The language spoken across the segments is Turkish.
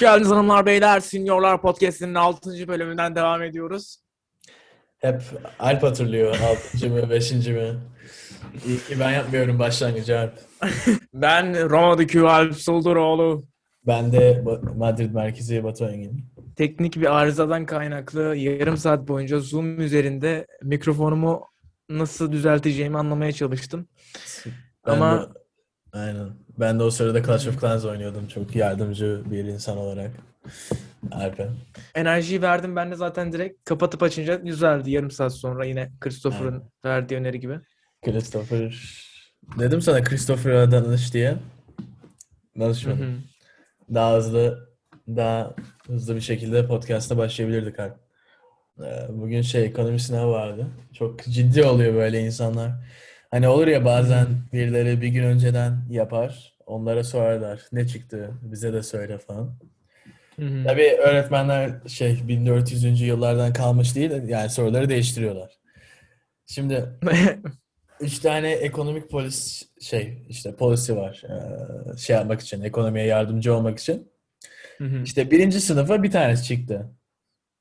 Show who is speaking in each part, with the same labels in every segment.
Speaker 1: geldiniz hanımlar beyler. Seniorlar Podcast'inin 6. bölümünden devam ediyoruz.
Speaker 2: Hep Alp hatırlıyor 6. mı 5. mi? İyi ki ben yapmıyorum başlangıcı Alp.
Speaker 1: Ben Roma'daki Alp Solduroğlu.
Speaker 2: Ben de Ba- Madrid merkezi Batu Engin.
Speaker 1: Teknik bir arızadan kaynaklı yarım saat boyunca Zoom üzerinde mikrofonumu nasıl düzelteceğimi anlamaya çalıştım.
Speaker 2: Ben
Speaker 1: Ama-
Speaker 2: de- aynen. Ben de o sırada Clash of Clans oynuyordum çok yardımcı bir insan olarak. Alp'e.
Speaker 1: Enerjiyi verdim ben de zaten direkt kapatıp açınca düzeldi yarım saat sonra yine Christopher'ın verdiği öneri gibi.
Speaker 2: Christopher... Dedim sana Christopher'a danış diye.
Speaker 1: Hı
Speaker 2: Danışmadım.
Speaker 1: hı.
Speaker 2: daha hızlı daha hızlı bir şekilde podcast'a başlayabilirdik abi. Ee, Bugün şey ekonomi sınavı vardı. Çok ciddi oluyor böyle insanlar. Hani olur ya bazen birileri bir gün önceden yapar. Onlara sorarlar. Ne çıktı? Bize de söyle falan.
Speaker 1: Hı hı.
Speaker 2: Tabii öğretmenler şey 1400. yıllardan kalmış değil. de Yani soruları değiştiriyorlar. Şimdi Üç tane ekonomik polis şey işte polisi var. Ee, şey yapmak için, ekonomiye yardımcı olmak için.
Speaker 1: Hı hı.
Speaker 2: İşte birinci sınıfa bir tanesi çıktı.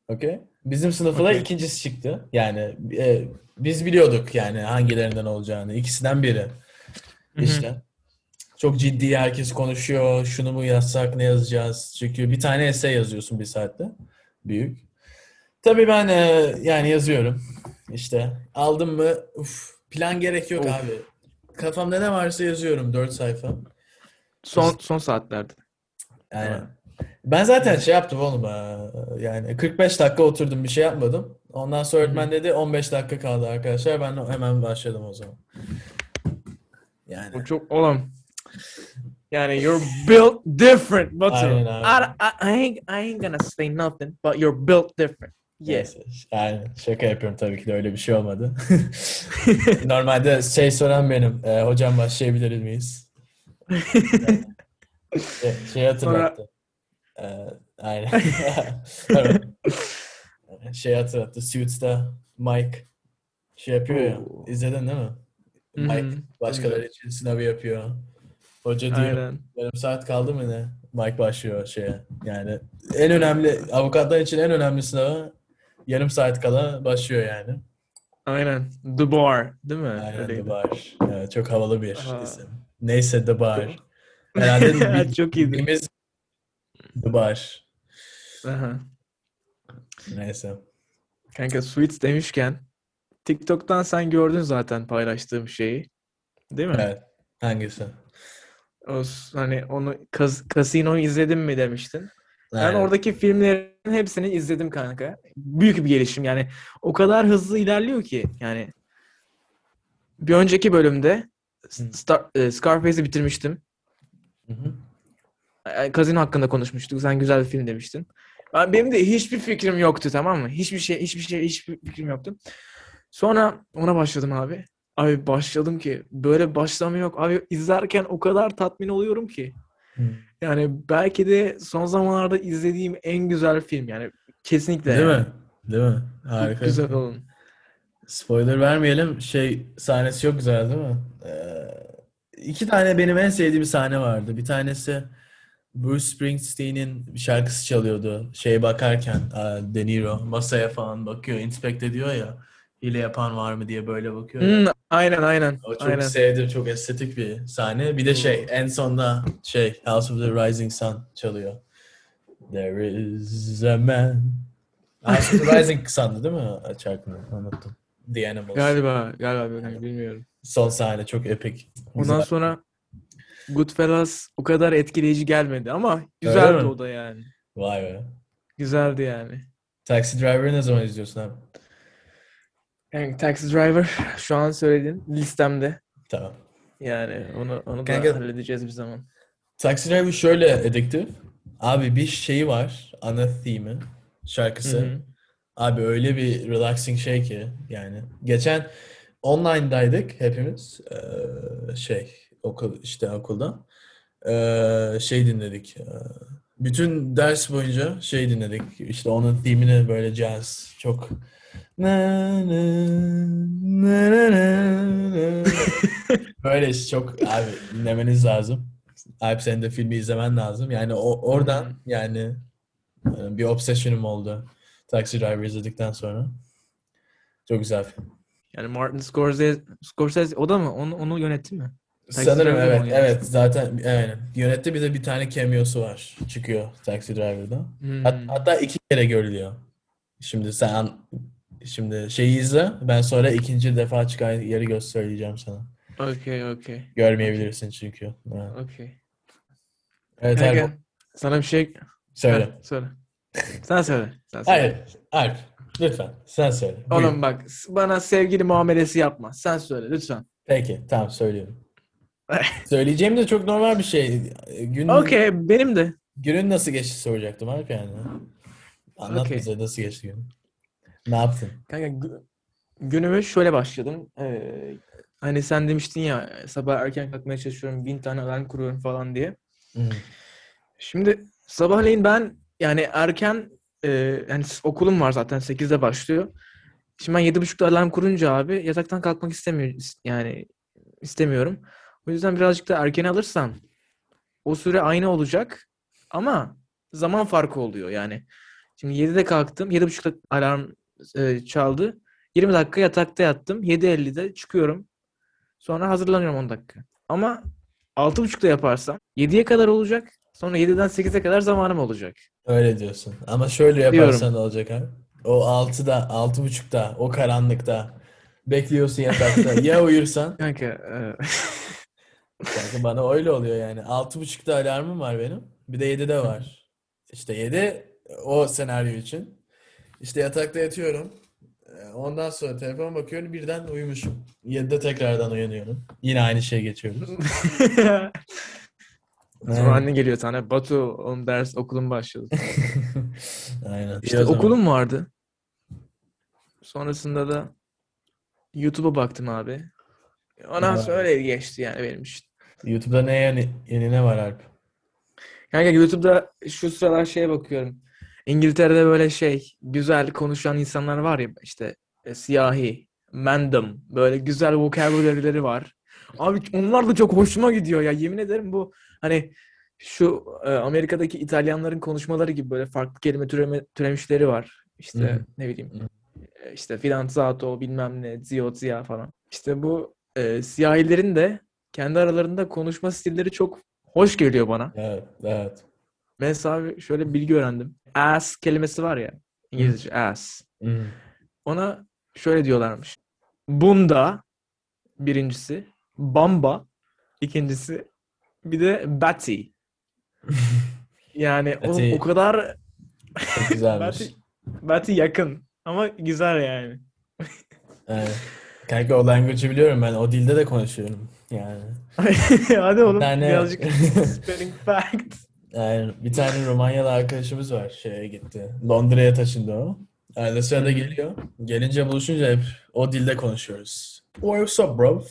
Speaker 2: Okey? Bizim sınıfa da
Speaker 1: Okey.
Speaker 2: ikincisi çıktı. Yani e, biz biliyorduk yani hangilerinden olacağını. İkisinden biri.
Speaker 1: hı.
Speaker 2: İşte. Çok ciddi herkes konuşuyor. Şunu mu yazsak ne yazacağız? Çünkü bir tane essay yazıyorsun bir saatte. Büyük. Tabii ben e, yani yazıyorum. İşte aldım mı uf, plan gerek yok
Speaker 1: Of.
Speaker 2: abi. Kafamda ne varsa yazıyorum 4 sayfa.
Speaker 1: son son saatlerde.
Speaker 2: Yani
Speaker 1: Evet.
Speaker 2: ben zaten şey yaptım oğlum ha, yani 45 dakika oturdum bir şey yapmadım. Ondan sonra öğretmen dedi 15 dakika kaldı arkadaşlar. Ben de hemen başladım o zaman. Yani
Speaker 1: O çok oğlum. Yani you're built different Batu.
Speaker 2: Aynen
Speaker 1: I,
Speaker 2: abi.
Speaker 1: I, I, ain't, I ain't gonna say nothing but you're built different. Yes.
Speaker 2: neyse. Yani şaka yapıyorum tabii ki de öyle bir şey olmadı. Normalde şey soran benim. e, hocam başlayabilir miyiz? Şey, şey hatırlattı. Ee, aynen. Evet. şey hatırlattı. Suits'ta Mike şey yapıyor ya.
Speaker 1: Oo.
Speaker 2: İzledin değil mi?
Speaker 1: Hı hı.
Speaker 2: Mike başkaları için sınavı yapıyor. Hoca diyor
Speaker 1: Aynen.
Speaker 2: yarım saat kaldı mı ne? Mike başlıyor şeye. Yani en önemli avukatlar için en önemli sınavı yarım saat kala başlıyor yani.
Speaker 1: Aynen. The Bar. Değil mi?
Speaker 2: Aynen
Speaker 1: Öyleydi.
Speaker 2: The Bar. Evet, çok havalı bir
Speaker 1: Aha.
Speaker 2: isim. Neyse The Bar. Herhalde bir-
Speaker 1: Çok iyiydi.
Speaker 2: birimiz The Bar.
Speaker 1: Aha.
Speaker 2: Neyse.
Speaker 1: Kanka Sweets demişken TikTok'tan sen gördün zaten paylaştığım şeyi. Değil mi?
Speaker 2: Evet. Hangisi?
Speaker 1: O, s- hani onu kas, Casino'yu izledin mi demiştin. Ben
Speaker 2: Aynen.
Speaker 1: oradaki filmlerin hepsini izledim kanka. Büyük bir gelişim yani. O kadar hızlı ilerliyor ki yani. Bir önceki bölümde
Speaker 2: Hı.
Speaker 1: Star, e, Scarface'i bitirmiştim.
Speaker 2: Hı hı.
Speaker 1: E, Kazino hakkında konuşmuştuk. Sen güzel bir film demiştin. Ben, benim de hiçbir fikrim yoktu tamam mı? Hiçbir şey, hiçbir şey, hiçbir fikrim yoktu. Sonra ona başladım abi. Abi başladım ki böyle başlama yok. Abi izlerken o kadar tatmin oluyorum ki.
Speaker 2: Hı.
Speaker 1: Yani belki de son zamanlarda izlediğim en güzel film yani kesinlikle.
Speaker 2: Değil
Speaker 1: yani.
Speaker 2: mi? Değil mi? Harika.
Speaker 1: Güzel olun.
Speaker 2: Spoiler vermeyelim. Şey sahnesi çok güzel değil mi? Ee, iki tane benim en sevdiğim sahne vardı. Bir tanesi Bruce Springsteen'in bir şarkısı çalıyordu. Şey bakarken e, De Niro masaya falan bakıyor. Inspect ediyor ya. Hile yapan var mı diye böyle bakıyor. ya.
Speaker 1: Hmm, aynen aynen.
Speaker 2: O çok
Speaker 1: aynen. Hmm.
Speaker 2: sevdim. Çok estetik bir sahne. Bir de şey en sonda şey House of the Rising Sun çalıyor. There is a man. House of the Rising Sun'dı değil mi? Şarkını unuttum. The Animals.
Speaker 1: Galiba galiba ben bilmiyorum.
Speaker 2: Son sahne çok epik.
Speaker 1: Ondan
Speaker 2: Güzel.
Speaker 1: sonra Goodfellas o kadar etkileyici gelmedi ama güzeldi
Speaker 2: Öyle mi?
Speaker 1: o da yani.
Speaker 2: Vay be.
Speaker 1: Güzeldi yani.
Speaker 2: Taxi Driver'ı ne zaman izliyorsun abi?
Speaker 1: Yani Taxi Driver şu an söyledin listemde.
Speaker 2: Tamam.
Speaker 1: Yani onu onu da
Speaker 2: Kanka-
Speaker 1: halledeceğiz bir zaman.
Speaker 2: Taxi Driver şöyle ediktif. Abi bir şeyi var. Ana theme'i. Şarkısı.
Speaker 1: Hı hı.
Speaker 2: Abi öyle bir relaxing şey ki yani. Geçen online'daydık hepimiz. Ee, şey okul işte okulda. Ee, şey dinledik. Ee, bütün ders boyunca şey dinledik. İşte onun theme'ini böyle jazz çok na na na na na. böyle çok abi dinlemeniz lazım. Alp senin de filmi izlemen lazım. Yani o, oradan yani e, bir obsession'ım oldu. Taxi Driver izledikten sonra. Çok güzel film.
Speaker 1: Yani Martin Scorsese, Scorsese o da mı? Onu, onu yönetti mi? Taxi
Speaker 2: Sanırım
Speaker 1: Driver'ı mı
Speaker 2: evet.
Speaker 1: o yönetmen?
Speaker 2: Evet zaten evet. Yönetti bir de bir tane cameo'su var. Çıkıyor Taxi Driver'da.
Speaker 1: Hmm.
Speaker 2: Hat- hatta iki kere görülüyor. Şimdi sen an- şimdi şeyi izle. Ben sonra ikinci defa çıkan yeri göz söyleyeceğim sana.
Speaker 1: Okey okey.
Speaker 2: Görmeyebilirsin çünkü. Evet.
Speaker 1: Okey.
Speaker 2: Evet,
Speaker 1: Ege,
Speaker 2: Alp,
Speaker 1: sana bir şey...
Speaker 2: söyle.
Speaker 1: Ha, söyle. Sen söyle. Sen söyle.
Speaker 2: Hayır. Alp. Lütfen. Sen söyle. Buyur.
Speaker 1: Oğlum bak s- bana sevgili muamelesi yapma. Sen söyle lütfen.
Speaker 2: Peki. Tamam söylüyorum. Söyleyeceğim de çok normal bir şey. Gün,
Speaker 1: Hmm. Okey benim de.
Speaker 2: Günün nasıl geçti soracaktım Alp yani. Anlat
Speaker 1: Okey.
Speaker 2: bize nasıl geçti günün. Ne yaptın?
Speaker 1: Kanka gü- günümü şöyle başladım. Ee, hani sen demiştin ya sabah erken kalkmaya çalışıyorum. Bin tane alarm kuruyorum falan diye.
Speaker 2: Hmm.
Speaker 1: Şimdi sabahleyin ben yani erken e, yani s- okulum var zaten 8'de başlıyor. Şimdi ben 7.30'da alarm kurunca abi yataktan kalkmak istemiyorum yani istemiyorum. O yüzden birazcık da erken alırsam o süre aynı olacak ama zaman farkı oluyor yani. Şimdi 7'de kalktım, 7.30'da alarm e, çaldı. 20 dakika yatakta yattım. 7.50'de çıkıyorum. Sonra hazırlanıyorum 10 dakika. Ama 6.30'da yaparsam 7'ye kadar olacak. Sonra 7'den 8'e kadar zamanım olacak.
Speaker 2: Öyle diyorsun. Ama şöyle
Speaker 1: Diyorum.
Speaker 2: yaparsan ne olacak ha? O 6'da, 6.30'da, o karanlıkta bekliyorsun yatakta. Ya uyursan?
Speaker 1: Kanka e,
Speaker 2: Kanka bana öyle oluyor yani. 6.30'da alarmım var benim. Bir de 7'de var. İşte 7 o senaryo için. İşte yatakta yatıyorum. Ee, Ondan sonra telefona bakıyorum birden uyumuşum. 7'de tekrardan uyanıyorum. Yine aynı şeye geçiyoruz.
Speaker 1: sonra anne geliyor sana. Batu oğlum ders okulun başladı.
Speaker 2: Aynen. İyi
Speaker 1: İşte
Speaker 2: o zaman.
Speaker 1: okulum vardı. Sonrasında da YouTube'a baktım abi. Ondan
Speaker 2: Vay.
Speaker 1: sonra öyle geçti yani benim için.
Speaker 2: YouTube'da ne yeni, yeni ne var Alp?
Speaker 1: Kanka YouTube'da şu sıralar şeye bakıyorum. İngiltere'de böyle şey güzel konuşan insanlar var ya işte e, siyahi, mandem böyle güzel vocabulary'leri var. Abi onlar da çok hoşuma gidiyor ya yemin ederim bu hani şu e, Amerika'daki İtalyanların konuşmaları gibi böyle farklı kelime türeme, türemişleri var. İşte
Speaker 2: Hı hı.
Speaker 1: ne bileyim e, işte fidanzato bilmem ne zio zia falan. İşte bu e, siyahilerin de kendi aralarında konuşma stilleri çok hoş geliyor bana.
Speaker 2: Evet, evet.
Speaker 1: Mesela bir- şöyle bir bilgi öğrendim. Ass kelimesi var ya İngilizce ass.
Speaker 2: Hmm.
Speaker 1: Ona şöyle diyorlarmış. Bunda birincisi, bamba ikincisi, bir de batty. Yani oğlum
Speaker 2: Batty.
Speaker 1: o kadar
Speaker 2: Çok güzelmiş.
Speaker 1: batty, batty yakın ama güzel yani.
Speaker 2: Evet. Kanka o language'ı biliyorum ben. O dilde de konuşuyorum. Yani.
Speaker 1: Hadi oğlum
Speaker 2: tane-
Speaker 1: birazcık spelling fact.
Speaker 2: Yani bir tane Romanyalı arkadaşımız var. Şeye gitti. Londra'ya taşındı o. Arada
Speaker 1: Hmm.
Speaker 2: sırada geliyor. Gelince buluşunca hep o dilde konuşuyoruz. What's up bro?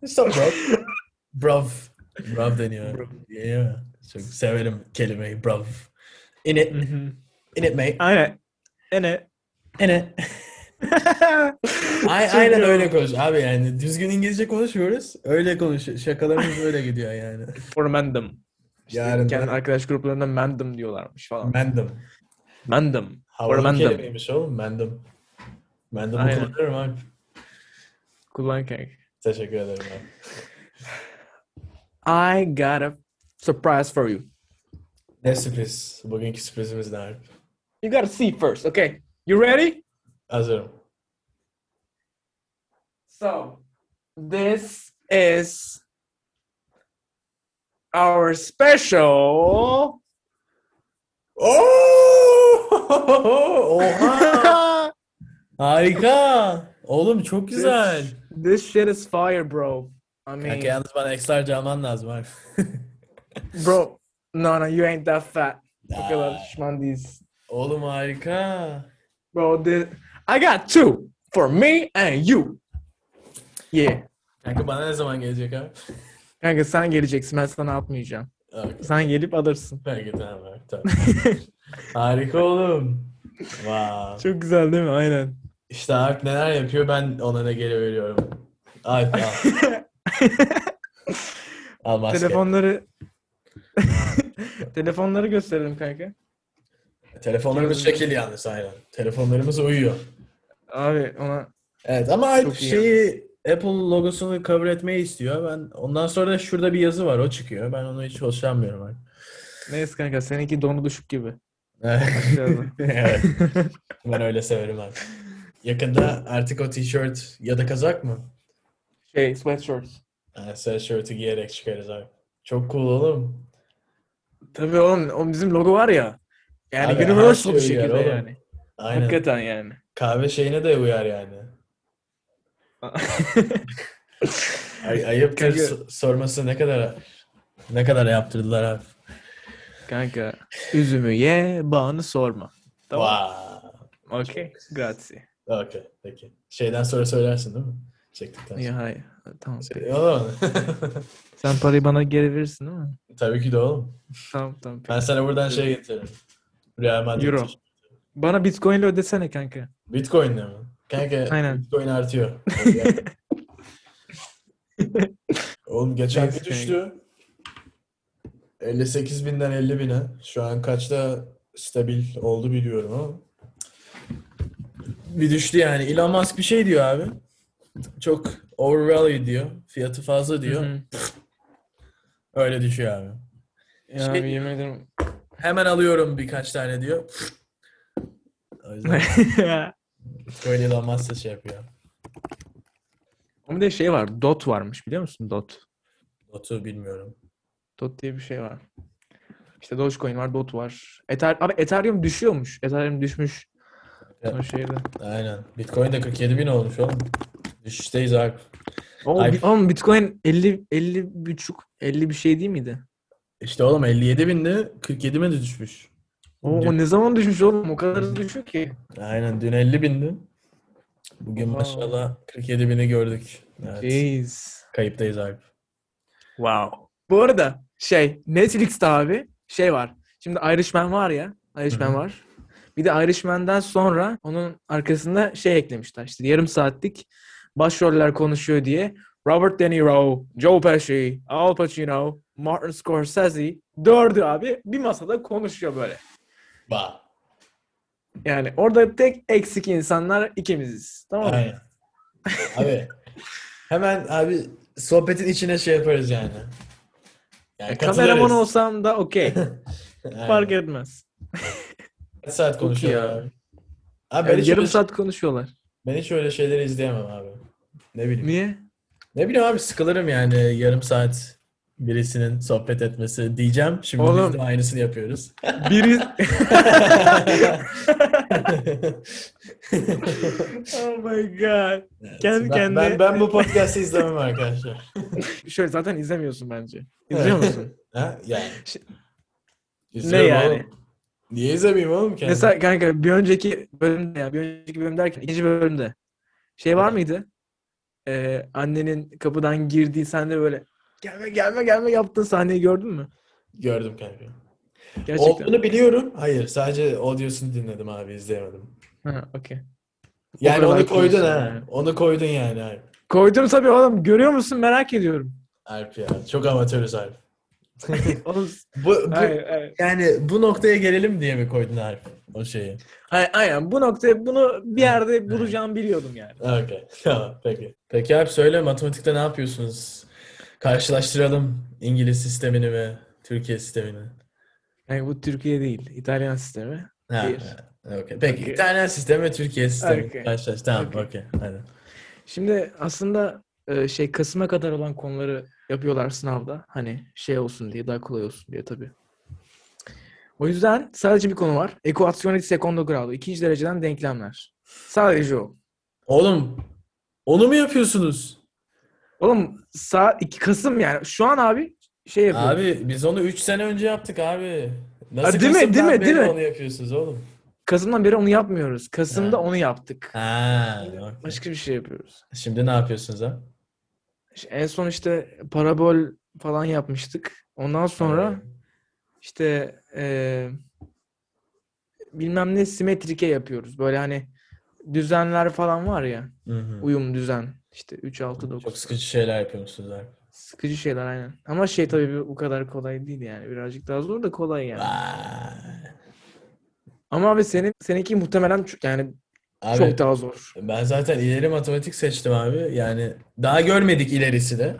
Speaker 2: What's up bro? Bro. Bro deniyor.
Speaker 1: Bruv.
Speaker 2: Yeah. Çok severim kelimeyi bro. In it.
Speaker 1: Mhm.
Speaker 2: In it mate.
Speaker 1: Aynen. Ene.
Speaker 2: In it. Ay-
Speaker 1: Çok
Speaker 2: aynen
Speaker 1: iyi
Speaker 2: öyle konuş. Abi yani düzgün İngilizce konuşmuyoruz. Öyle konuş. Şakalarımız öyle gidiyor yani.
Speaker 1: For mandem. İşte
Speaker 2: Yarın
Speaker 1: kendi
Speaker 2: ben-
Speaker 1: arkadaş gruplarında mandem diyorlarmış falan.
Speaker 2: Random.
Speaker 1: Mandem. Or
Speaker 2: Havalı bir
Speaker 1: mandem.
Speaker 2: kelimeymiş oğlum. Mendom. Mendom'u
Speaker 1: Aynen.
Speaker 2: kullanıyorum abi.
Speaker 1: Kullan kanka.
Speaker 2: Teşekkür ederim abi.
Speaker 1: I got a surprise for you.
Speaker 2: Ne sürpriz. Bugünkü sürprizimiz ne Alp?
Speaker 1: You gotta see first, okay? You ready?
Speaker 2: Hazırım.
Speaker 1: So, this is our special.
Speaker 2: Oo! Oha! Harika. Oğlum çok güzel.
Speaker 1: This, this shit is fire, bro. I mean,
Speaker 2: Kanka yalnız bana ekstra alman lazım Alp.
Speaker 1: bro, no, no, you ain't that fat.
Speaker 2: Nah.
Speaker 1: O kadar şişman değilsin.
Speaker 2: Oğlum harika.
Speaker 1: Bro, this, I got two for me and you. Yeah.
Speaker 2: Kanka bana ne zaman gelecek abi?
Speaker 1: Kanka sen geleceksin ben sana atmayacağım.
Speaker 2: Okay.
Speaker 1: Sen gelip alırsın.
Speaker 2: Peki tamam abi. Tamam. harika oğlum. Wow.
Speaker 1: Çok güzel değil mi? Aynen.
Speaker 2: İşte Alp neler yapıyor ben ona ne geri veriyorum. Alp al. al maske.
Speaker 1: Telefonları Telefonları gösterelim kanka.
Speaker 2: Telefonlarımız şekil yalnız aynen. Telefonlarımız uyuyor.
Speaker 1: Abi ona
Speaker 2: Evet ama Alp
Speaker 1: Çok iyi
Speaker 2: şeyi Apple logosunu kabul etmeyi istiyor. Ben ondan sonra da şurada bir yazı var o çıkıyor. Ben onu hiç hoşlanmıyorum Alp.
Speaker 1: neyse kanka seninki donu düşük gibi. Yazı.
Speaker 2: evet. Ben öyle severim abi. Yakında artık o tişört ya da kazak mı?
Speaker 1: Şey sweatshirt.
Speaker 2: Yani sweatshirt'ü giyerek çıkarız abi. Çok cool oğlum.
Speaker 1: Tabii oğlum o bizim logo var ya. Yani
Speaker 2: Abi,
Speaker 1: universal bir
Speaker 2: her şey uyar
Speaker 1: şekilde
Speaker 2: oğlum.
Speaker 1: yani.
Speaker 2: Aynen.
Speaker 1: Hakikaten yani.
Speaker 2: Kahve şeyine de uyar yani. Ay, ayıptır
Speaker 1: Kanka-
Speaker 2: so- sorması ne kadar ne kadar yaptırdılar abi.
Speaker 1: Kanka üzümü ye, bağını sorma. Tamam.
Speaker 2: Wow.
Speaker 1: Okey. Grazie.
Speaker 2: Okey, peki. Şeyden sonra söylersin değil mi? Çektikten sonra.
Speaker 1: Ya hayır. Tamam. peki.
Speaker 2: Şey, oğlum.
Speaker 1: Sen parayı bana geri verirsin değil mi?
Speaker 2: Tabii ki de oğlum.
Speaker 1: Tamam tamam. peki.
Speaker 2: Ben sana buradan şey getiririm. Real Madrid.
Speaker 1: Euro. Bana bitcoin ile ödesene kanka.
Speaker 2: Bitcoin'le mi? Kanka
Speaker 1: Aynen.
Speaker 2: Bitcoin artıyor. Oğlum geçen gün
Speaker 1: Neyse
Speaker 2: düştü. 58 binden 50 bine. Şu an kaçta stabil oldu biliyorum ama. Bir düştü yani. Elon Musk bir şey diyor abi. Çok overvalued diyor. Fiyatı fazla diyor.
Speaker 1: Hı hı.
Speaker 2: Öyle düşüyor abi.
Speaker 1: Ya
Speaker 2: Şey-
Speaker 1: abi, yemin ederim.
Speaker 2: Hemen alıyorum birkaç tane diyor. O yüzden Bitcoin Elon Musk'la şey yapıyor.
Speaker 1: Ama bir de şey var. Dot varmış biliyor musun? Dot.
Speaker 2: Notu bilmiyorum.
Speaker 1: Dot diye bir şey var. İşte Dogecoin var, Dot var. Ether, abi Ethereum düşüyormuş. Ethereum düşmüş. şey
Speaker 2: Evet.
Speaker 1: O şeyde.
Speaker 2: Aynen. Bitcoin de 47 bin olmuş oğlum. Düşüşteyiz abi.
Speaker 1: Oğlum,
Speaker 2: Ay-
Speaker 1: bi- oğlum Bitcoin 50 50 buçuk 50 bir şey değil miydi?
Speaker 2: İşte oğlum 57 bindi 47 bine düşmüş.
Speaker 1: O, o ne zaman düşmüş oğlum? O kadar düşüyor ki.
Speaker 2: Aynen dün 50 bindi. Bugün
Speaker 1: Oha.
Speaker 2: maşallah 47 bini gördük. Evet.
Speaker 1: Jeez.
Speaker 2: Kayıptayız abi.
Speaker 1: Wow. Bu arada şey Netflix'te abi şey var. Şimdi Irishman var ya. Irishman
Speaker 2: Hı hı.
Speaker 1: var. Bir de Irishman'dan sonra onun arkasında şey eklemişler. İşte yarım saatlik başroller konuşuyor diye. Robert De Niro, Joe Pesci, Al Pacino, Martin Scorsese dördü abi bir masada konuşuyor böyle.
Speaker 2: Bah.
Speaker 1: Yani orada tek eksik insanlar ikimiziz. Tamam mı?
Speaker 2: Aynen. abi hemen abi sohbetin içine şey yaparız yani. Yani
Speaker 1: E,
Speaker 2: katılırız.
Speaker 1: kameraman olsam da okey.
Speaker 2: Aynen.
Speaker 1: Fark etmez.
Speaker 2: Kaç saat konuşuyor
Speaker 1: ya.
Speaker 2: abi. Abi ben,
Speaker 1: Yani
Speaker 2: hiç
Speaker 1: yarım
Speaker 2: öyle,
Speaker 1: saat konuşuyorlar.
Speaker 2: ben hiç öyle şeyleri izleyemem abi. Ne bileyim.
Speaker 1: Niye?
Speaker 2: Ne bileyim abi sıkılırım yani yarım saat birisinin sohbet etmesi diyeceğim. Şimdi
Speaker 1: Oğlum.
Speaker 2: biz de aynısını yapıyoruz.
Speaker 1: Biri... oh my god.
Speaker 2: Evet,
Speaker 1: Kendi
Speaker 2: ben,
Speaker 1: kendine-
Speaker 2: Ben, ben bu podcast'i izlemem arkadaşlar.
Speaker 1: Şöyle zaten izlemiyorsun bence. İzliyor musun?
Speaker 2: ha? Yani.
Speaker 1: Şi-
Speaker 2: İzliyorum
Speaker 1: yani?
Speaker 2: oğlum. Niye izlemeyeyim oğlum kendimi?
Speaker 1: Mesela kanka bir önceki bölümde ya bir önceki bölüm derken ikinci bölümde şey var
Speaker 2: Evet.
Speaker 1: mıydı? Ee, annenin kapıdan girdiği sen de böyle gelme gelme gelme yaptığın sahneyi gördün mü?
Speaker 2: Gördüm kanka.
Speaker 1: Gerçekten.
Speaker 2: Olduğunu biliyorum. Hayır sadece audiosunu dinledim abi izleyemedim.
Speaker 1: Ha, okey.
Speaker 2: Yani
Speaker 1: kadar
Speaker 2: onu koydun
Speaker 1: keyifli
Speaker 2: ha.
Speaker 1: yani.
Speaker 2: Onu koydun yani Alp.
Speaker 1: Koydum tabii oğlum. Görüyor musun? Merak ediyorum.
Speaker 2: Alp ya. Çok amatörüz Alp.
Speaker 1: Oğlum,
Speaker 2: Bu, bu,
Speaker 1: hayır, hayır.
Speaker 2: yani bu noktaya gelelim diye mi koydun Alp o şeyi?
Speaker 1: Hayır, aynen bu noktaya bunu bir yerde bulacağımı biliyordum yani.
Speaker 2: Okay. Tamam, peki. Peki abi söyle matematikte ne yapıyorsunuz? Karşılaştıralım İngiliz sistemini ve Türkiye sistemini.
Speaker 1: Yani bu Türkiye değil, İtalyan sistemi.
Speaker 2: Ha,
Speaker 1: Bir.
Speaker 2: ha, okay. Peki
Speaker 1: Okey.
Speaker 2: İtalyan sistemi ve Türkiye sistemi.
Speaker 1: Okey.
Speaker 2: Karşılaş. Tamam,
Speaker 1: Okey.
Speaker 2: okey. Hadi.
Speaker 1: Şimdi aslında e, şey Kasım'a kadar olan konuları yapıyorlar sınavda. Hani şey olsun diye, daha kolay olsun diye tabii. O yüzden sadece bir konu var. Ekuasyonel secondo grado. ikinci dereceden denklemler. Sadece o.
Speaker 2: Oğlum, onu mu yapıyorsunuz?
Speaker 1: Oğlum saat 2 Kasım yani. Şu an abi şey yapıyor.
Speaker 2: Abi biz onu 3 sene önce yaptık abi. Nasıl
Speaker 1: Ha, değil mi,
Speaker 2: Kasım'dan
Speaker 1: değil mi,
Speaker 2: beri
Speaker 1: değil mi?
Speaker 2: onu yapıyorsunuz oğlum?
Speaker 1: Kasım'dan beri onu yapmıyoruz. Kasım'da
Speaker 2: Ha.
Speaker 1: onu yaptık.
Speaker 2: Ha, okey.
Speaker 1: Başka bir şey yapıyoruz.
Speaker 2: Şimdi ne yapıyorsunuz ha?
Speaker 1: İşte en son işte parabol falan yapmıştık. Ondan sonra işte eee, bilmem ne simetrike yapıyoruz. Böyle hani düzenler falan var ya.
Speaker 2: Hı hı.
Speaker 1: Uyum, düzen. İşte 3, 6, 9.
Speaker 2: Çok sıkıcı şeyler yapıyormuşsunuz abi.
Speaker 1: Sıkıcı şeyler aynen. Ama şey tabii bu kadar kolay değil yani. Birazcık daha zor da kolay yani.
Speaker 2: Vay.
Speaker 1: Ama abi senin seninki muhtemelen ç- yani
Speaker 2: Abi,
Speaker 1: çok daha zor.
Speaker 2: Ben zaten ileri matematik seçtim abi. Yani daha görmedik ilerisi de.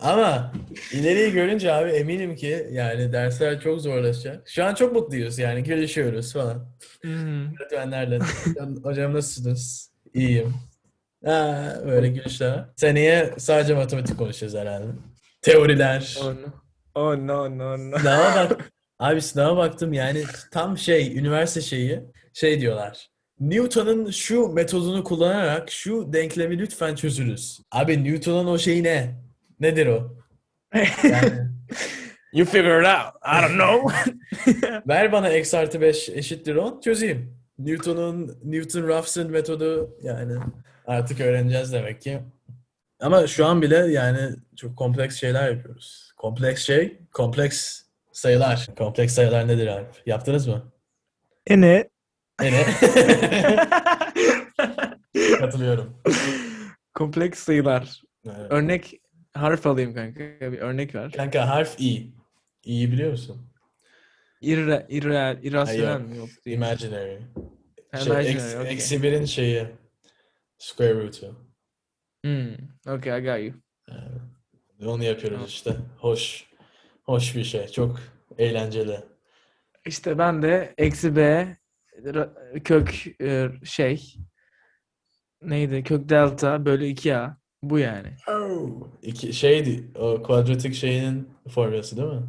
Speaker 2: Ama ileriyi görünce abi eminim ki yani dersler çok zorlaşacak. Şu an çok mutluyuz yani gülüşüyoruz falan.
Speaker 1: Hmm.
Speaker 2: Öğretmenlerle. "Hocam- Hocam nasılsınız? İyiyim. Ha, böyle gülüşler. Seneye sadece matematik konuşacağız herhalde. Teoriler.
Speaker 1: Oh no. Oh no no no.
Speaker 2: Sınava bak. Abi sınava baktım yani tam şey üniversite şeyi şey diyorlar. Newton'un şu metodunu kullanarak şu denklemi lütfen çözünüz. Abi Newton'un o şeyi ne? Nedir o? Yani,
Speaker 1: You figure it out. I don't know.
Speaker 2: ver bana x artı 5 eşittir 10 çözeyim. Newton'un Newton-Raphson metodu yani artık öğreneceğiz demek ki. Ama şu an bile yani çok kompleks şeyler yapıyoruz. Kompleks şey, kompleks sayılar. Kompleks sayılar nedir abi? Yaptınız mı?
Speaker 1: e ne?
Speaker 2: Nere? Katılıyorum.
Speaker 1: Kompleks sayılar.
Speaker 2: Evet.
Speaker 1: Örnek harf alayım kanka. Bir örnek ver.
Speaker 2: Kanka harf i. İ'yi biliyor musun?
Speaker 1: İrre, irreal, irrasyonel
Speaker 2: Hayır.
Speaker 1: mi? Yok değil.
Speaker 2: Imaginary.
Speaker 1: Ha,
Speaker 2: Şey,
Speaker 1: imaginary,
Speaker 2: eksi-
Speaker 1: okay.
Speaker 2: Eksi birin şeyi. Square root'u.
Speaker 1: Hmm. Okay, I got you.
Speaker 2: Onu yapıyoruz işte. Hoş. Hoş bir şey. Çok eğlenceli.
Speaker 1: İşte ben de eksi b ra- kök e, şey neydi? Kök delta bölü 2a. Bu yani. Oh.
Speaker 2: İki, şeydi. O kuadratik şeyin formülası değil mi?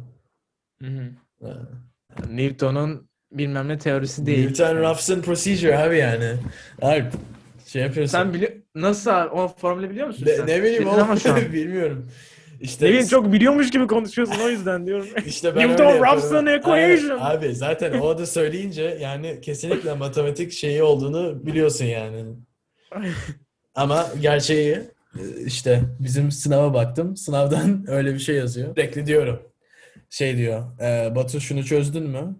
Speaker 1: Hı hı.
Speaker 2: Ha.
Speaker 1: Mhm. Newton'un bilmem ne teorisi değil.
Speaker 2: Newton-Raphson procedure abi yani. Alp. Şey yapıyorsun.
Speaker 1: Sen bili nasıl abi? o formülü biliyor musun
Speaker 2: Ne-
Speaker 1: sen?
Speaker 2: ne bileyim
Speaker 1: Dedin
Speaker 2: oğlum.
Speaker 1: ama şu an.
Speaker 2: Bilmiyorum. İşte
Speaker 1: Ne bileyim çok biliyormuş gibi konuşuyorsun o yüzden diyorum.
Speaker 2: İşte ben
Speaker 1: Newton
Speaker 2: öyle yapıyorum.
Speaker 1: Raphson
Speaker 2: Aynen.
Speaker 1: equation.
Speaker 2: Abi zaten o da söyleyince yani kesinlikle matematik şeyi olduğunu biliyorsun yani. Ama gerçeği e, işte bizim sınava baktım. Sınavdan öyle bir şey yazıyor. Sürekli diyorum. Şey diyor. e, Batu şunu çözdün mü?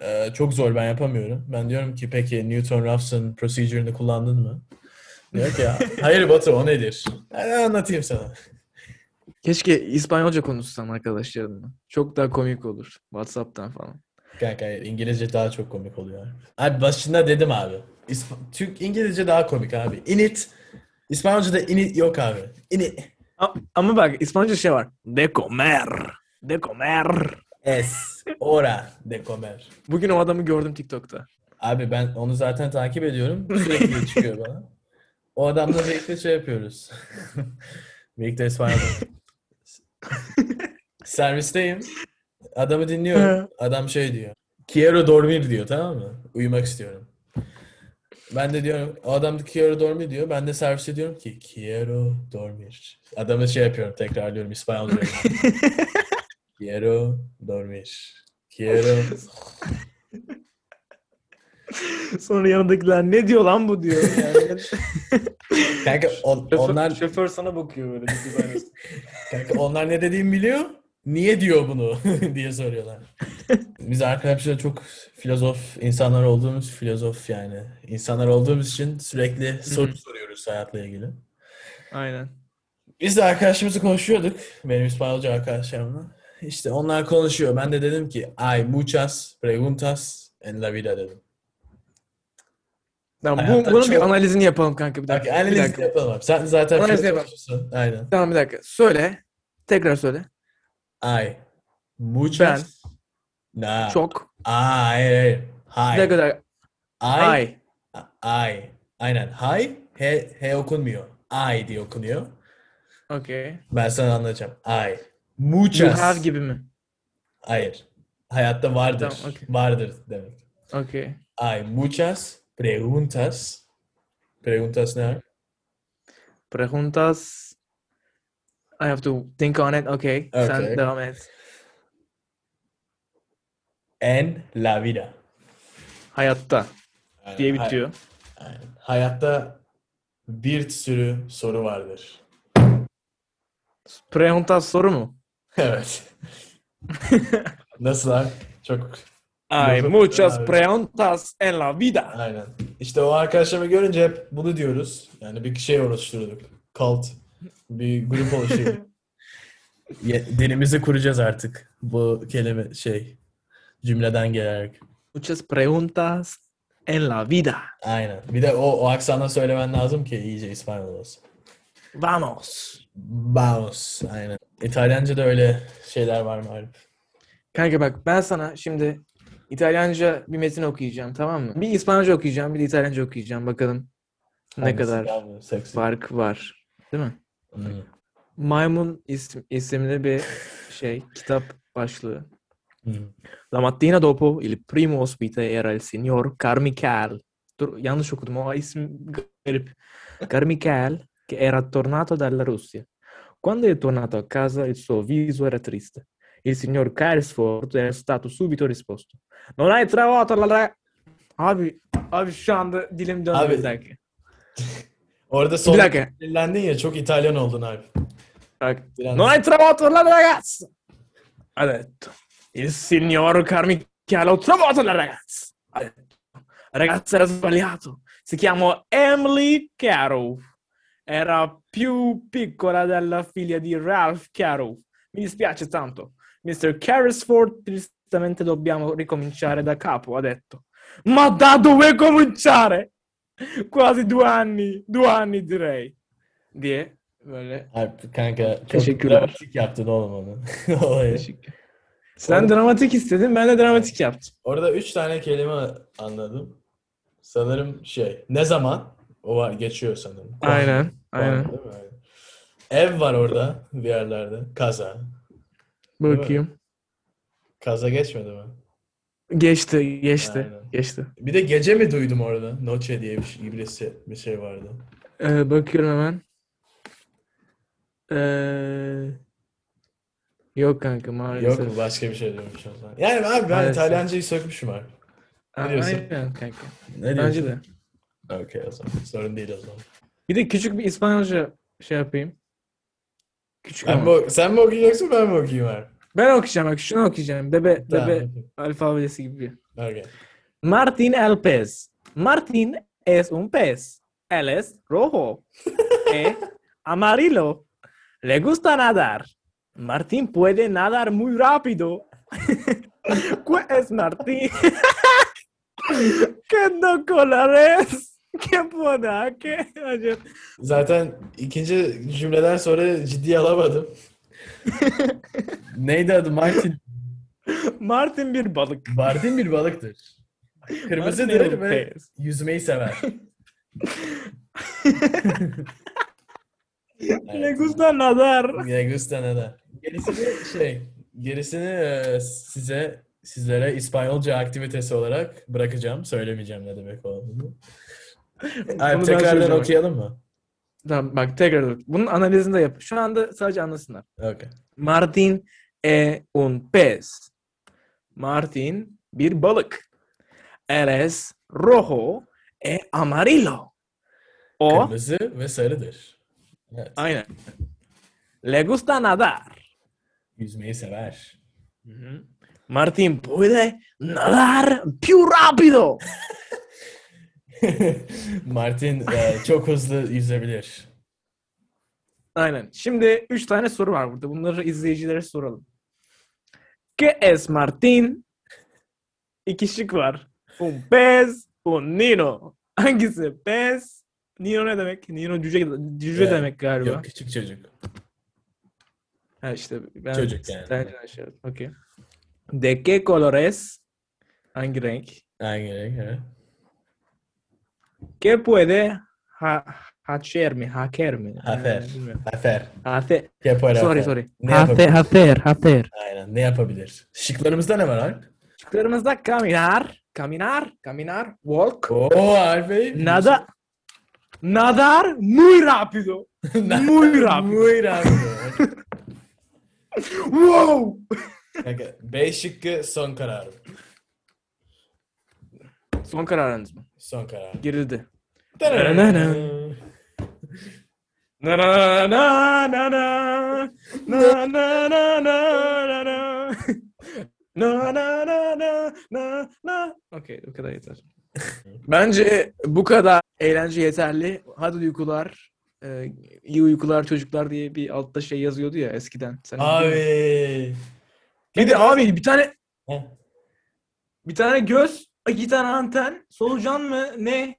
Speaker 2: E, çok zor ben yapamıyorum. Ben diyorum ki peki Newton-Raphson procedure'ını kullandın mı? Diyor ki hayır Batu o nedir? "E, anlatayım sana.
Speaker 1: Keşke İspanyolca konuşsan arkadaşlarınla. Çok daha komik olur. WhatsApp'tan falan.
Speaker 2: Kanka hayır, İngilizce daha çok komik oluyor. Abi başında dedim abi. İsp- Türk İngilizce daha komik abi. Init. İspanyolca'da init yok abi. Init.
Speaker 1: A- Ama bak İspanyolca şey var. De comer. De comer.
Speaker 2: Es. Hora de comer.
Speaker 1: Bugün o adamı gördüm TikTok'ta.
Speaker 2: Abi ben onu zaten takip ediyorum. Sürekli çıkıyor bana. O adamla birlikte şey yapıyoruz. birlikte İspanyolca. Servisteyim. Adamı dinliyorum. Adam şey diyor. Quiero dormir diyor tamam mı? Uyumak istiyorum. Ben de diyorum o adam da quiero dormir diyor. Ben de servise diyorum ki quiero dormir. Adama şey yapıyorum tekrarlıyorum İspanyolca. quiero dormir. Quiero
Speaker 1: Sonra yanındakiler ne diyor lan bu diyor. Yani.
Speaker 2: Kanka on- onlar
Speaker 1: şoför sana bakıyor böyle.
Speaker 2: Kanka onlar ne dediğimi biliyor. Niye diyor bunu diye soruyorlar. Biz arkadaşlar çok filozof insanlar olduğumuz filozof yani. insanlar olduğumuz için sürekli soru soruyoruz hayatla ilgili.
Speaker 1: Aynen.
Speaker 2: Biz de arkadaşımızı konuşuyorduk. Benim İspanyolca arkadaşlarımla. İşte onlar konuşuyor. Ben de dedim ki ay muchas preguntas en la vida dedim.
Speaker 1: Tamam, bu,
Speaker 2: Hayatta
Speaker 1: bunun bir
Speaker 2: çok-
Speaker 1: analizini yapalım kanka bir
Speaker 2: Bak
Speaker 1: dakika. bir
Speaker 2: analiz
Speaker 1: dakika.
Speaker 2: yapalım. abi. Sen zaten
Speaker 1: Analiz yapalım.
Speaker 2: filozofsun. Aynen.
Speaker 1: Tamam bir dakika. Söyle. Tekrar söyle.
Speaker 2: Ay muchas. Na.
Speaker 1: Çok.
Speaker 2: Aa, hayır hayır.
Speaker 1: Bir
Speaker 2: Hay.
Speaker 1: dakika. bir dakika.
Speaker 2: Ay.
Speaker 1: Ay.
Speaker 2: Ay. Aynen. Hay. He, he okunmuyor. Ay diye okunuyor.
Speaker 1: Okay.
Speaker 2: Ben sana anlatacağım. Ay.
Speaker 1: You
Speaker 2: Muchas.
Speaker 1: have gibi mi?
Speaker 2: Hayır. Hayatta vardır.
Speaker 1: Tamam, okey.
Speaker 2: Vardır demek.
Speaker 1: Okay.
Speaker 2: Ay. Muchas preguntas. Preguntas ne?
Speaker 1: Preguntas. I have to think on it. Okay.
Speaker 2: Okay.
Speaker 1: Sen devam et.
Speaker 2: En la vida.
Speaker 1: Hayatta
Speaker 2: Aynen,
Speaker 1: diye
Speaker 2: hay-
Speaker 1: bitiyor.
Speaker 2: aynen. Hayatta bir sürü soru vardır.
Speaker 1: Preguntas soru mu?
Speaker 2: Evet. Nasıl abi? Çok
Speaker 1: Ay
Speaker 2: Yok,
Speaker 1: muchas
Speaker 2: abi.
Speaker 1: preguntas en la vida.
Speaker 2: Aynen. İşte o arkadaşlarımı görünce hep bunu diyoruz. Yani bir şey oluşturduk. Kalt. Bir grup oluşuyor. Dilimizi kuracağız artık. Bu kelime şey cümleden gelerek.
Speaker 1: Muchas preguntas en la vida.
Speaker 2: Aynen. Bir de o, o aksanla söylemen lazım ki iyice İspanyol olsun.
Speaker 1: Vamos.
Speaker 2: Bounce. Aynen. İtalyanca'da öyle şeyler var mı
Speaker 1: Kanka bak ben sana şimdi İtalyanca bir metin okuyacağım tamam mı? Bir İspanyolca okuyacağım, bir de İtalyanca okuyacağım. Bakalım ne kadar
Speaker 2: Seksi.
Speaker 1: fark var. Değil mi?
Speaker 2: Hmm.
Speaker 1: Maymun ism- isimli bir şey, kitap başlığı.
Speaker 2: Hmm.
Speaker 1: La mattina dopo il primo ospite era il signor Carmichael. Dur yanlış okudum o isim garip. Carmichael che era tornato dalla Russia. Quando è tornato a casa il suo viso era triste. Il signor Carlsford era stato subito risposto. Non hai trovato la... ra-" Abi, abi şu anda dilim döndü
Speaker 2: Abi,
Speaker 1: bir dakika.
Speaker 2: Orada son
Speaker 1: dakika.
Speaker 2: sinirlendin ya çok İtalyan oldun Alp.
Speaker 1: Bak.
Speaker 2: biraz-
Speaker 1: Ecco. Non hai trovato la ragazza! Ha detto. Il signor Carmichael, ho trovato la ragazza! Ha detto. La ragazza era sbagliato. Si chiama Emily Carow. Era più piccola della figlia di Ralph Carow. Mi dispiace tanto. Mr. Carrisford, tristemente dobbiamo ricominciare da capo, ha detto. Ma da dove cominciare? Quasi due anni, due anni direi. Diye böyle
Speaker 2: Alp kanka çok
Speaker 1: Teşekkürler.
Speaker 2: dramatik yaptın oğlum onu. Olayı.
Speaker 1: Sen dramatik istedin, ben de dramatik yaptım.
Speaker 2: Orada üç tane kelime anladım. Sanırım şey ne zaman o var geçiyor sanırım.
Speaker 1: Aynen,
Speaker 2: Var,
Speaker 1: aynen.
Speaker 2: değil mi? Aynen. Ev var orada bir yerlerde. Kaza.
Speaker 1: Bakayım.
Speaker 2: Kaza geçmedi mi?
Speaker 1: Geçti, geçti,
Speaker 2: Aynen.
Speaker 1: geçti.
Speaker 2: Bir de gece mi duydum orada? Noche diye bir şey, birisi, bir şey vardı.
Speaker 1: Ee, bakıyorum hemen. Ee, yok kanka maalesef.
Speaker 2: Yok mu başka bir şey diyormuş o zaman. Yani abi ben
Speaker 1: Maalesef.
Speaker 2: İtalyancayı sökmüşüm abi.
Speaker 1: A-
Speaker 2: diyorsun?
Speaker 1: Aynen kanka.
Speaker 2: Ne
Speaker 1: Bence
Speaker 2: diyorsun?
Speaker 1: de.
Speaker 2: Okey o zaman. Sorun değil o zaman.
Speaker 1: Bir de küçük bir İspanyolca şey yapayım. Küçük
Speaker 2: Ben
Speaker 1: ama.
Speaker 2: mi, sen mi okuyacaksın ben mi okuyayım abi?
Speaker 1: Ben okuyacağım bak şunu okuyacağım. Bebe,
Speaker 2: Tamam,
Speaker 1: bebe
Speaker 2: okey.
Speaker 1: alfabesi gibi.
Speaker 2: Okey.
Speaker 1: Martín el pez. Martín es un pez. Él es rojo. eh, amarillo. Le gusta nadar. Martín puede nadar muy rápido. pues Martín. que no colores. Que pueda que. Hayır.
Speaker 2: Zaten ikinci cümleden sonra ciddiye alamadım. Neydi adı? Martin.
Speaker 1: Martin bir balık.
Speaker 2: Bardin bir balıktır.
Speaker 1: Martin
Speaker 2: Kırmızıdır ve
Speaker 1: Lopez.
Speaker 2: yüzmeyi sever.
Speaker 1: Le gusta nadar.
Speaker 2: Legustan'a da. Gerisini şey, gerisini e, size sizlere İspanyolca aktivitesi olarak bırakacağım. Söylemeyeceğim ne demek olduğunu.
Speaker 1: ben
Speaker 2: Alp tekrardan
Speaker 1: söyleyeceğim.
Speaker 2: okuyalım mı?
Speaker 1: Tamam bak tekrar bak. Bunun analizini de yap. Şu anda sadece anlasınlar.
Speaker 2: Okay.
Speaker 1: Martin e un pez. Martin bir balık. Eres rojo e amarillo. O
Speaker 2: Kırmızı ve sarıdır. Evet.
Speaker 1: aynen. Le gusta nadar.
Speaker 2: Yüzmeyi sever.
Speaker 1: Martin puede nadar più rápido.
Speaker 2: Martin e, çok hızlı yüzebilir.
Speaker 1: Aynen. Şimdi üç tane soru var burada. Bunları izleyicilere soralım. ¿Qué es Martin? İki şık var. Un pez, un nino. Hangisi? Pez. Nino ne demek? Nino cüce, cüce
Speaker 2: Evet.
Speaker 1: demek galiba.
Speaker 2: Yok küçük çocuk.
Speaker 1: Ha işte ben
Speaker 2: Çocuk yani.
Speaker 1: Tercih şey yaptım. Okey. ¿De qué colores? Hangi renk?
Speaker 2: Aynen öyle.
Speaker 1: ¿Qué puede ha, hacer mi? Hacker mi?
Speaker 2: Hacer.
Speaker 1: Bilmiyorum.
Speaker 2: Afer.
Speaker 1: Hacer.
Speaker 2: Yapar
Speaker 1: Sorry
Speaker 2: afer.
Speaker 1: sorry.
Speaker 2: Ne
Speaker 1: Hacer,
Speaker 2: yapabilir?
Speaker 1: hacer, hacer.
Speaker 2: Aynen ne yapabilir? Şıklarımızda ne var Alp?
Speaker 1: Kırmızıda caminar, caminar, caminar, walk,
Speaker 2: Oo Alp Bey.
Speaker 1: nada, nadar muy rápido. Muy rápido.
Speaker 2: Muy rápido.
Speaker 1: Wow!
Speaker 2: Kanka, B şıkkı son kararım.
Speaker 1: Son kararınız mı?
Speaker 2: Son kararım.
Speaker 1: Girildi.
Speaker 2: Tararara.
Speaker 1: Na na na na na na na na na na na Na na na na na na. Okey bu kadar yeter. Bence bu kadar eğlence yeterli. Hadi uykular. Ee, iyi uykular çocuklar diye bir altta şey yazıyordu ya eskiden. Sen biliyor musun?
Speaker 2: Abi.
Speaker 1: Bir de abi bir tane
Speaker 2: Heh.
Speaker 1: bir tane göz, iki tane anten, solucan mı ne?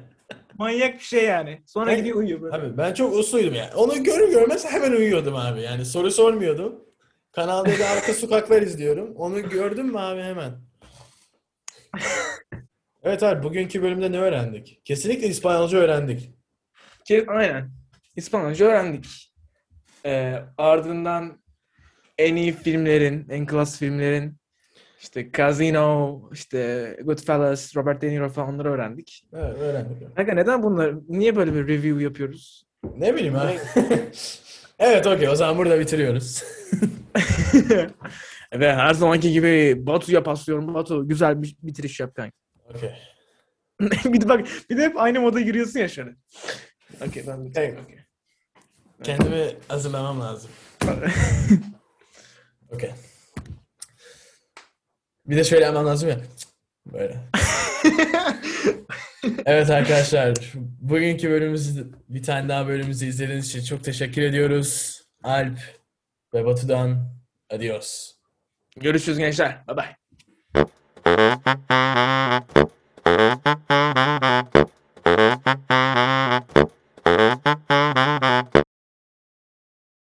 Speaker 1: Manyak bir şey yani. Sonra
Speaker 2: Evet.
Speaker 1: gidiyor uyuyor böyle.
Speaker 2: Abi ben çok usluydum yani. Onu görür görmez hemen uyuyordum abi. Yani soru sormuyordum. Kanalda da arka sokaklar izliyorum. Onu gördüm mü abi hemen. Evet abi bugünkü bölümde ne öğrendik? Kesinlikle İspanyolca öğrendik.
Speaker 1: Ke- Aynen. İspanyolca öğrendik. Ee, ardından en iyi filmlerin, en klas filmlerin işte Casino, işte Goodfellas, Robert De Niro falan onları öğrendik.
Speaker 2: Evet öğrendik.
Speaker 1: Kanka neden bunları, niye böyle bir review yapıyoruz?
Speaker 2: Ne bileyim abi. evet okey o zaman burada bitiriyoruz.
Speaker 1: Ve her zamanki gibi Batu'ya paslıyorum. Batu güzel bir bitiriş yap kanka.
Speaker 2: okey.
Speaker 1: bir de bak bir de hep aynı moda giriyorsun ya şöyle. Okey ben
Speaker 2: Evet.
Speaker 1: okey.
Speaker 2: Kendimi hazırlamam lazım. Okey. Bir de şöyle yapmam lazım ya. Böyle. evet arkadaşlar. Bugünkü bölümümüzü bir tane daha bölümümüzü izlediğiniz için çok teşekkür ediyoruz. Alp ve Batu'dan adios.
Speaker 1: Görüşürüz gençler. Bye bye.
Speaker 3: Thank you.